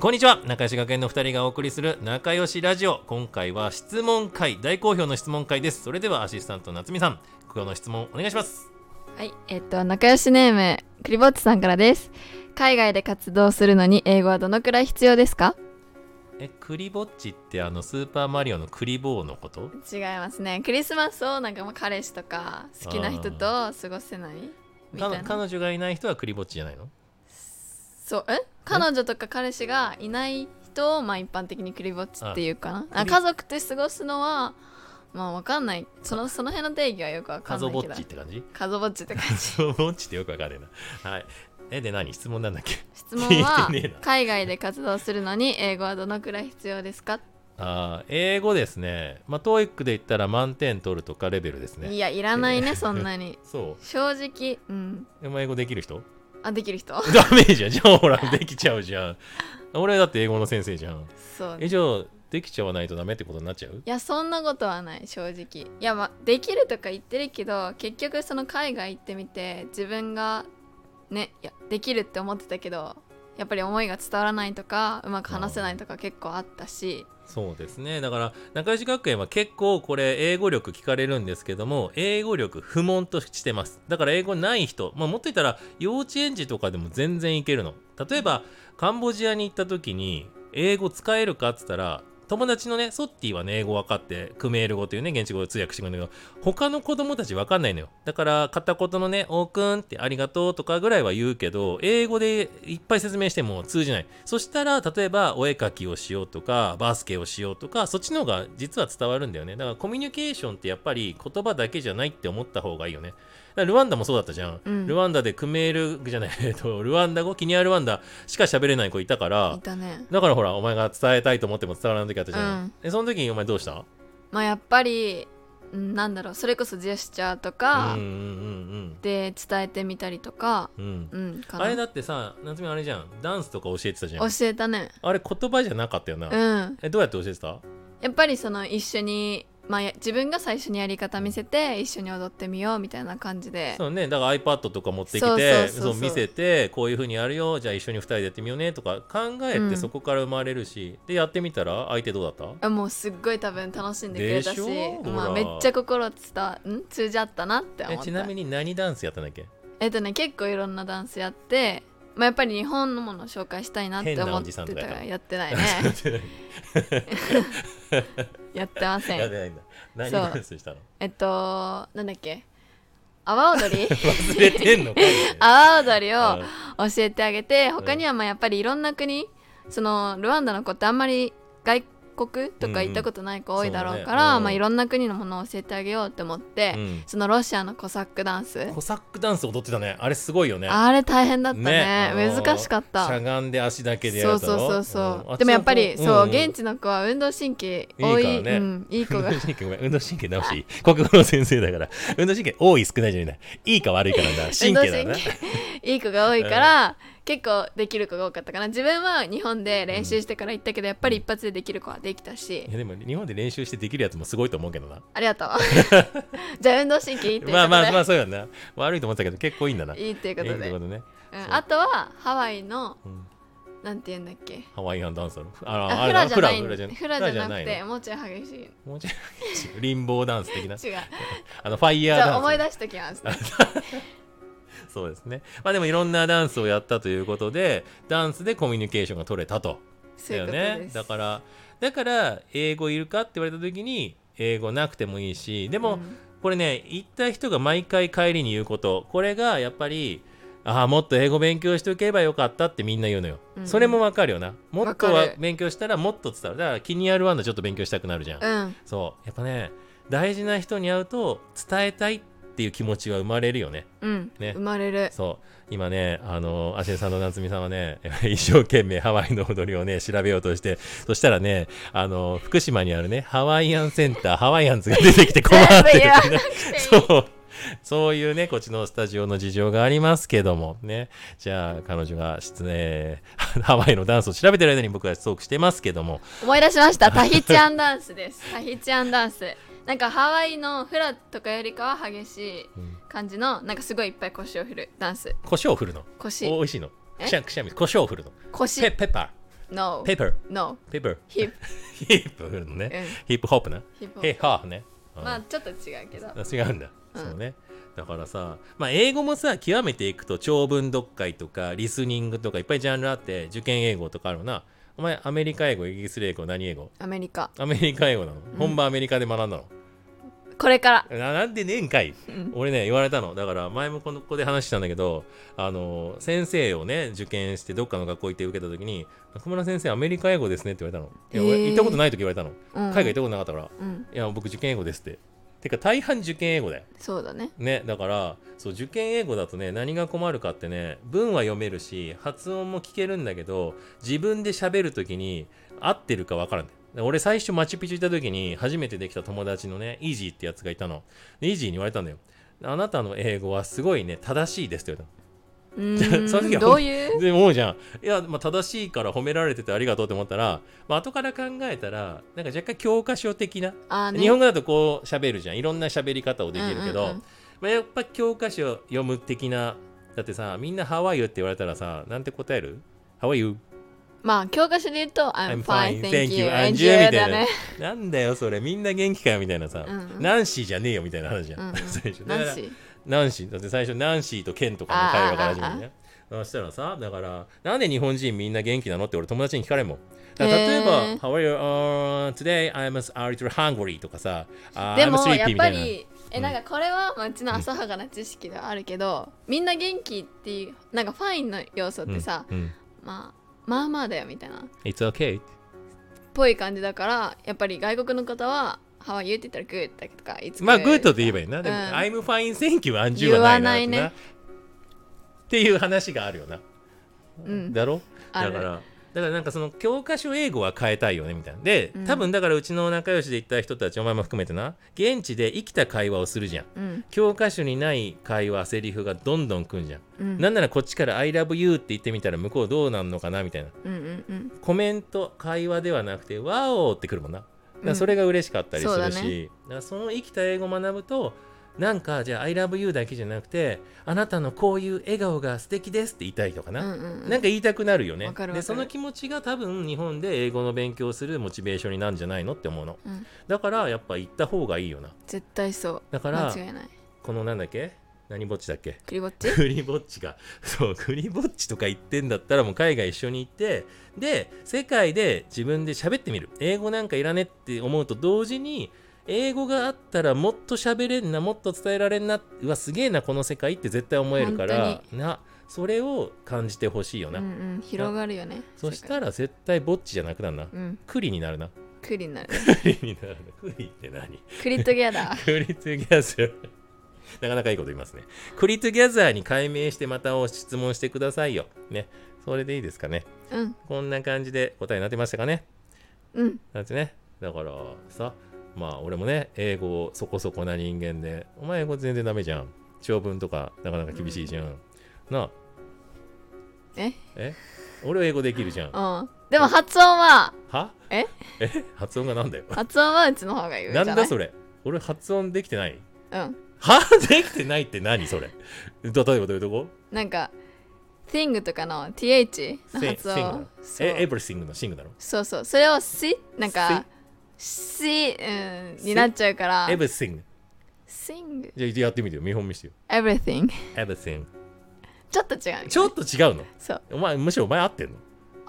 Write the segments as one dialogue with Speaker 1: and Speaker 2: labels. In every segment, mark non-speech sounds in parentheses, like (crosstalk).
Speaker 1: こんにちは仲良し学園の2人がお送りする仲良しラジオ今回は質問会大好評の質問会ですそれではアシスタント夏美さん今日の質問お願いします
Speaker 2: はい、えっと仲良しネームクリボッツさんからです。海外で活動するのに英語はどのくらい必要ですか？
Speaker 1: えクリぼっちってあのスーパーマリオのクリボーのこと
Speaker 2: 違いますね。クリスマスをなんかまあ彼氏とか好きな人と過ごせないみた
Speaker 1: か
Speaker 2: い
Speaker 1: の
Speaker 2: な。
Speaker 1: 彼女がいない人はクリぼっちじゃないの
Speaker 2: そう、え？彼女とか彼氏がいない人をまあ一般的にクリぼっちっていうかな。
Speaker 1: あ
Speaker 2: あ家族と過ごすのはまあわかんない。そのその辺の定義はよくわか
Speaker 1: カ
Speaker 2: んな
Speaker 1: ゾ
Speaker 2: い
Speaker 1: ぼっ
Speaker 2: けど
Speaker 1: ちっ。て感じ (laughs)
Speaker 2: 家族ぼっちって感
Speaker 1: カ
Speaker 2: じ。
Speaker 1: ゾぼっちってよくわかんねえなはいえで何質問なんだっけ
Speaker 2: 質問は
Speaker 1: 聞いてねえな
Speaker 2: 海外で活動するのに英語はどのくらい必要ですか？
Speaker 1: あー英語ですねまあ TOEIC で言ったら満点取るとかレベルです
Speaker 2: い
Speaker 1: ね
Speaker 2: やいらないねそんなに。
Speaker 1: そ
Speaker 2: 正直うん
Speaker 1: うでも英語できる人
Speaker 2: あできる
Speaker 1: (laughs)
Speaker 2: 人
Speaker 1: ダメじゃん。じゃあほら、できちゃうじゃん。俺だって英語の先生じゃん。
Speaker 2: そう
Speaker 1: え、
Speaker 2: い
Speaker 1: じゃあ、できちゃわないとダメってことになっちゃう
Speaker 2: やそんなことはない正直いやまあできるとか言ってるけど結局その海外行ってみて自分がねいやできるって思ってたけどやっぱり思いが伝わらないとかうまく話せないとか結構あったし
Speaker 1: そうですね。だから、仲良し学園は結構これ、英語力聞かれるんですけども、英語力不問としてます。だから、英語ない人、まあ、もっと言ったら、幼稚園児とかでも全然いけるの。例えば、カンボジアに行った時に、英語使えるかって言ったら、友達のね、ソッティはね、英語分かって、クメール語というね、現地語で通訳してくれるんだけど、他の子供たち分かんないのよ。だから、片言のね、おーくんってありがとうとかぐらいは言うけど、英語でいっぱい説明しても通じない。そしたら、例えば、お絵描きをしようとか、バスケをしようとか、そっちの方が実は伝わるんだよね。だから、コミュニケーションってやっぱり言葉だけじゃないって思った方がいいよね。だからルワンダもそうだったじゃん。
Speaker 2: うん
Speaker 1: ルワンダでクメール、じゃない、えっと、ルワンダ語、キニアルワンダしか喋れない子いたから、
Speaker 2: いたね
Speaker 1: だからほら、お前が伝えたいと思っても伝わらない時あったじゃん。
Speaker 2: うん
Speaker 1: え、その時にお前どうした
Speaker 2: まあやっぱりうんなんだろうそれこそジェスチャーとか
Speaker 1: うんうん
Speaker 2: で伝えてみたりとか
Speaker 1: うんうん。うん。
Speaker 2: うんかな
Speaker 1: あれだってさ、夏美あれじゃん。ダンスとか教えてたじゃん。
Speaker 2: 教えたね
Speaker 1: あれ言葉じゃなかったよな。
Speaker 2: うん
Speaker 1: え、どうやって教えてた
Speaker 2: やっぱりその一緒に、まあ、や自分が最初にやり方見せて一緒に踊ってみようみたいな感じで
Speaker 1: そうね、だから iPad とか持ってき
Speaker 2: そうそう
Speaker 1: て、
Speaker 2: そうそう
Speaker 1: そう見せて、こういう風にやるよ、じゃあ一緒に二人でやってみようねとか考え
Speaker 2: う
Speaker 1: て
Speaker 2: ん
Speaker 1: そこから生まれるし、で、やってみたら相手どうだった
Speaker 2: あもうすっごい多分楽しんでくれた
Speaker 1: で
Speaker 2: し
Speaker 1: しょ
Speaker 2: まあ、
Speaker 1: ほ
Speaker 2: め
Speaker 1: ら
Speaker 2: っちゃ心つたん通じ合ったなって思
Speaker 1: え
Speaker 2: った
Speaker 1: ちなみに何ダンスやったんだっけ
Speaker 2: えっとね結構いろんなダンスやって、まあ、やっぱり日本のものを紹介したいなって
Speaker 1: 変な
Speaker 2: 思
Speaker 1: お
Speaker 2: って
Speaker 1: じ
Speaker 2: た
Speaker 1: さん
Speaker 2: か
Speaker 1: とかやった
Speaker 2: らやってないね
Speaker 1: やってない (laughs)
Speaker 2: やってませ
Speaker 1: やって
Speaker 2: ん
Speaker 1: ないんだ。何
Speaker 2: そう
Speaker 1: ダンスしたの
Speaker 2: えっとなんだっけ阿波踊り (laughs)
Speaker 1: 忘れてんのかい
Speaker 2: 阿波踊りを
Speaker 1: うん
Speaker 2: 教えてあげて他にはまあやっぱりいろんな国そのルワンダの子ってあんまり外国とか行ったことない子多いだろう
Speaker 1: うんうん
Speaker 2: から、
Speaker 1: そうだねうん
Speaker 2: まあ、いろんな国のものを教えてあげようって思って、
Speaker 1: うん
Speaker 2: そのロシアのコサックダン
Speaker 1: (laughs)
Speaker 2: ス、
Speaker 1: コサックダンス踊ってたね。あれすごいよね。
Speaker 2: あれ大変だったね
Speaker 1: あのー
Speaker 2: 難しかった
Speaker 1: しゃがんで足だけでや
Speaker 2: そ
Speaker 1: る
Speaker 2: う
Speaker 1: と
Speaker 2: そうそうそう、
Speaker 1: んあ
Speaker 2: でもやっぱり
Speaker 1: ちの
Speaker 2: そう、
Speaker 1: ん
Speaker 2: 現地の子は運動神経多い
Speaker 1: いいからね
Speaker 2: うん、いい子
Speaker 1: 運 (laughs) 動
Speaker 2: が
Speaker 1: 神経ごめん運動神経直し国語の先生だから運動神経多い少ないじゃないいいか悪いかなん
Speaker 2: (laughs)
Speaker 1: だ神経だ
Speaker 2: 運動
Speaker 1: な
Speaker 2: 神いい子が多いから、結構できる子が多かったかな自分は日本で練習してから行ったけど、やっぱり一発でできる子はできたし、
Speaker 1: いやでも日本で練習してできるやつもすごいと思うけどな
Speaker 2: ありが
Speaker 1: (laughs)
Speaker 2: とう。じゃあ運動神経いいっていうことで。
Speaker 1: まあまあまあそうやな悪いと思ってたけど結構いいんだない
Speaker 2: いっていうこと
Speaker 1: いい
Speaker 2: で。
Speaker 1: こ
Speaker 2: う、
Speaker 1: とね、そうん
Speaker 2: あとはハワイの
Speaker 1: うん
Speaker 2: なんて言うんだっけ。
Speaker 1: ハワイアンダンスだろあ
Speaker 2: あ
Speaker 1: あ
Speaker 2: フ
Speaker 1: れだ
Speaker 2: ラ
Speaker 1: ろ
Speaker 2: じゃない
Speaker 1: フラ
Speaker 2: フラじゃなく
Speaker 1: フラ
Speaker 2: てもうちょい激しい。違う。
Speaker 1: のもうちょいリンボーダンス的な
Speaker 2: じゃ
Speaker 1: あのファイヤーダンス
Speaker 2: あ思い出してきます。
Speaker 1: そうですね。まあでもいろんなダンスをやったということで、ダンスでコミュニケーションが取れたと。
Speaker 2: そう
Speaker 1: だよ
Speaker 2: いうことで
Speaker 1: ね。
Speaker 2: す。
Speaker 1: だから、だから、英語いるかって言われた時に、英語なくてもいいし、でも、
Speaker 2: うん
Speaker 1: これね、行った人が毎回帰りに言うこと、これがやっぱり、ああ、もっと英語勉強しておけばよかったってみんな言うのよ。
Speaker 2: うん
Speaker 1: それもわかるよな。もっと
Speaker 2: わか
Speaker 1: は
Speaker 2: る
Speaker 1: 勉強したらもっと伝わる。だから、気にあるワンダちょっと勉強したくなるじゃん。
Speaker 2: うん
Speaker 1: そう。やっぱね、大事な人に会うと、伝えたいっていう気持ちは生まれるよね。
Speaker 2: うん、
Speaker 1: ね
Speaker 2: 生まれる。
Speaker 1: そう今ねあのアシさんの夏美さんはね (laughs) 一生懸命ハワイの踊りをね調べようとしてそしたらねあの福島にあるねハワイアンセンターハワイアンズが出てきて困
Speaker 2: 全
Speaker 1: って
Speaker 2: 部
Speaker 1: る、
Speaker 2: 言わなくてい
Speaker 1: ね、
Speaker 2: い。
Speaker 1: そうそういうねこっちのスタジオの事情がありますけどもねじゃあ彼女が失礼 (laughs) ハワイのダンスを調べてる間に僕はトークしてますけども
Speaker 2: 思い出し
Speaker 1: (laughs)
Speaker 2: ました。タヒチアンダンスです。タヒチアンダンス。なんかハワイのフラとかよりかは激しい感じの、なんかすごいいっぱい腰を振るダンス。
Speaker 1: 胡椒を振るの
Speaker 2: 腰、
Speaker 1: おいしいの
Speaker 2: え
Speaker 1: くしゃくしゃみ胡椒を振るの
Speaker 2: 腰
Speaker 1: ペ。ペッパー
Speaker 2: No.
Speaker 1: ペーパー
Speaker 2: No.
Speaker 1: ペーパー (laughs)
Speaker 2: Hip.
Speaker 1: ヒップのね、ヒップホップな
Speaker 2: ヒップホ
Speaker 1: ヘイ
Speaker 2: ップ。
Speaker 1: ハーフね、うん
Speaker 2: まあちょっと違うけど。
Speaker 1: あ違うんだ、
Speaker 2: うん
Speaker 1: そうねだからさ、まあ、英語もさ極めていくと長文読解とかリスニングとかいっぱいジャンルあって受験英語とかあるなお前アメリカ英語イギリス英語何英語
Speaker 2: アメリカ。
Speaker 1: アメリカ英語なの、本場アメリカで学んだの
Speaker 2: これから。
Speaker 1: ななんでねえんかい
Speaker 2: うん
Speaker 1: 俺ね言われたのだから前もこのここで話したんだけどあの先生をね受験してどっかの学校行って受けた時に「中村先生アメリカ英語ですね」って言われたのいや
Speaker 2: へ
Speaker 1: 俺
Speaker 2: え
Speaker 1: 行ったことない時言われたの
Speaker 2: うん
Speaker 1: 海外行ったことなかったから「
Speaker 2: うん。
Speaker 1: いや僕受験英語です」っててか大半受験英語だよ
Speaker 2: そうだね。
Speaker 1: ねだからそう受験英語だとね何が困るかってね文は読めるし発音も聞けるんだけど自分で喋る時に合ってるか分からんだよで俺最初マチュピチュ行った時に初めてできた友達のねイージーってやつがいたのでイージーに言われたんだよあなたの英語はすごいね正しいですって言わ
Speaker 2: うーん
Speaker 1: その時は
Speaker 2: どういう
Speaker 1: れたで思うじゃんいや、まあ、正しいから褒められててありがとうって思ったら、まあ後から考えたらなんか若干教科書的な
Speaker 2: あーね
Speaker 1: 日本語だとこう喋るじゃんいろんな喋り方をできるけど、
Speaker 2: うんうんうん
Speaker 1: まあ、やっぱ教科書読む的なだってさみんな「ハワイ e って言われたらさなんて答える ?How are you?
Speaker 2: まあ教科書で言うと
Speaker 1: I'm
Speaker 2: I'm
Speaker 1: fine,
Speaker 2: fine, thank
Speaker 1: thank
Speaker 2: you,
Speaker 1: you,
Speaker 2: and
Speaker 1: and
Speaker 2: you
Speaker 1: you みた
Speaker 2: だ
Speaker 1: い
Speaker 2: ね
Speaker 1: な。なんだよそれみんな元気かよみたいなさ、
Speaker 2: うんうん
Speaker 1: ナンシーじゃねえよみたいな話じゃん、
Speaker 2: うんうん
Speaker 1: (laughs) 最初
Speaker 2: ナ
Speaker 1: だか
Speaker 2: ン
Speaker 1: ら
Speaker 2: シー
Speaker 1: ナンシーだって最初ナンシーとケンとかの会話から始めるねそしたらさだからなんで日本人みんな元気なのって俺友達に聞かれるもんだから例えば
Speaker 2: へー
Speaker 1: 「How are you? Uh, today I'm a little hungry」とかさ「あ
Speaker 2: で
Speaker 1: I'm
Speaker 2: も
Speaker 1: sleepy
Speaker 2: やっ」
Speaker 1: み
Speaker 2: ぱ
Speaker 1: たいな。
Speaker 2: りえなんかこれはまあうちの浅はかな知識ではあるけど、みんな元気っていうなんかファインの要素ってさ、
Speaker 1: うんうん
Speaker 2: まあまあまあだよみたいなっ
Speaker 1: It's okay.
Speaker 2: ぽい感じだからやっぱり外国の方は「How are you?」って言ったら「Good」だけとか「It's
Speaker 1: まあ、グッドっ
Speaker 2: good
Speaker 1: て言えばいいな。でも、
Speaker 2: うん
Speaker 1: I'm fine, thank you, and you はないなってな。
Speaker 2: 言わないね
Speaker 1: っていう話があるよな。
Speaker 2: うん
Speaker 1: だろ
Speaker 2: あ
Speaker 1: だ
Speaker 2: る
Speaker 1: から、だからなんかその教科書英語は変えたいよねみたいな。で
Speaker 2: うん、
Speaker 1: 多分だからうちの仲良しで行った人たち、お前も含めてな、現地で生きた会話をするじゃん。
Speaker 2: うん
Speaker 1: 教科書にない会話、セリフがどんどん来んじゃん。
Speaker 2: うん
Speaker 1: なんならこっちから I love you って言ってみたら向こうどうなんのかなみたいな。
Speaker 2: うんうんうん
Speaker 1: コメント会話ではなくて「ワオ!」ってくるもんなだか
Speaker 2: うん
Speaker 1: らそれが嬉しかったりす
Speaker 2: そうだ
Speaker 1: る
Speaker 2: ね
Speaker 1: し、だからその生きた英語を学ぶとなんかじゃあ「I love you」だけじゃなくて「あなたのこういう笑顔が素敵です」って言いたいとか
Speaker 2: う
Speaker 1: な、
Speaker 2: んうんうん
Speaker 1: なんか言いたくなるよね
Speaker 2: わかるわか
Speaker 1: で
Speaker 2: る
Speaker 1: その気持ちが多分日本で英語の勉強をするモチベーションになるんじゃないのって思うの
Speaker 2: うん
Speaker 1: だからやっぱ行った方がいいよな
Speaker 2: 絶対そう
Speaker 1: だから
Speaker 2: 間違いない
Speaker 1: このなんだっけ何ぼっちだっけ
Speaker 2: クリぼっち
Speaker 1: クリぼっちがそうクリぼっちとか言ってんだったらもう海外一緒に行ってで世界で自分で喋ってみる英語なんかいらねって思うと同時に英語があったらもっと喋れんなもっと伝えられんなうわすげえなこの世界って絶対思えるから
Speaker 2: 本
Speaker 1: なそれを感じてほしいよ
Speaker 2: うん
Speaker 1: な、
Speaker 2: うん広がるよね
Speaker 1: そしたら絶対ぼっちじゃなくなるな
Speaker 2: 世界うん
Speaker 1: クリになるな
Speaker 2: クリになる
Speaker 1: (laughs) クリになるなクリって何
Speaker 2: クリトギャダー
Speaker 1: クリトゥギャザー。なかなかいいこと言いますね。クリトゥギャザーに改名してまたお質問してくださいよ。ね。それでいいですかね。
Speaker 2: うん
Speaker 1: こんな感じで答えになってましたかね。
Speaker 2: うん
Speaker 1: だってね。だからさ、まあ俺もね、英語そこそこな人間で、お前英語全然ダメじゃん。長文とかなかなか厳しいじゃん。なあ、
Speaker 2: え
Speaker 1: え俺は英語できるじゃん。
Speaker 2: うんでも発音は
Speaker 1: は
Speaker 2: え
Speaker 1: え発音がなんだよ。
Speaker 2: 発音はうちの方が言うじ
Speaker 1: な
Speaker 2: ゃ
Speaker 1: ん
Speaker 2: ない
Speaker 1: だそれ。俺発音できてない
Speaker 2: うん
Speaker 1: は (laughs) できてないって何それ。例えばどういうとこ
Speaker 2: なんか thing とかの th の
Speaker 1: Sing-
Speaker 2: 発
Speaker 1: sing な
Speaker 2: 音
Speaker 1: の
Speaker 2: そう
Speaker 1: え、エブリシングのシングだろ
Speaker 2: そうそうそれを si なんか si うん
Speaker 1: See？
Speaker 2: になっちゃうから
Speaker 1: エブリシング。
Speaker 2: sing
Speaker 1: じゃあやってみてよ。見本見してよ。
Speaker 2: everything
Speaker 1: エブリシング。
Speaker 2: ちょっと違うよね
Speaker 1: ちょっと違うの
Speaker 2: そう
Speaker 1: お前、むしろお前合ってん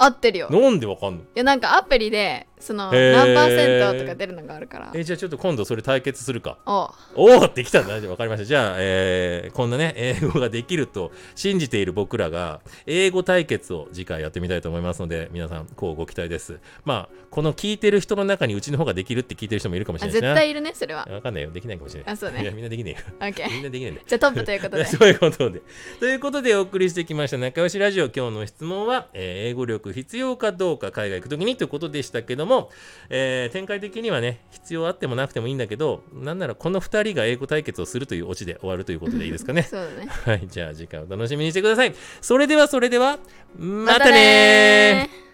Speaker 2: 合ってるよ
Speaker 1: のなんでわかんの
Speaker 2: いやなんかアプリでその
Speaker 1: へー
Speaker 2: 何パーセントとか出るのがあるから
Speaker 1: え、じゃあちょっと今度それ対決するか。
Speaker 2: お
Speaker 1: おおってきたんだ。じゃあわかりました。じゃあ、えーこんなね、英語ができると信じている僕らが、英語対決を次回やってみたいと思いますので、皆さん、こうご期待です。まあ、この聞いてる人の中にうちの方ができるって聞いてる人もいるかもし
Speaker 2: あ
Speaker 1: れない
Speaker 2: 絶
Speaker 1: しな。
Speaker 2: 対いるねそれは
Speaker 1: わかんないよ。できないかもしれない。
Speaker 2: あそうね
Speaker 1: いや、みんなできねえよ。み
Speaker 2: OK
Speaker 1: んなできねえんだよ
Speaker 2: じゃあトップということ
Speaker 1: (laughs)
Speaker 2: で
Speaker 1: そういうことで。ということでお送りしてきました仲良しラジオ今日の質問は、えー英語力必要かどうか海外行くときにということでしたけども、えー展開的にはね必要あってもなくてもいいんだけどなんならこの2人が英語対決をするというオチで終わるということでいいですか (laughs) ね。
Speaker 2: そうだね
Speaker 1: はいじゃあ次回お楽しみにしてください。それではそれではまたねー
Speaker 2: またねー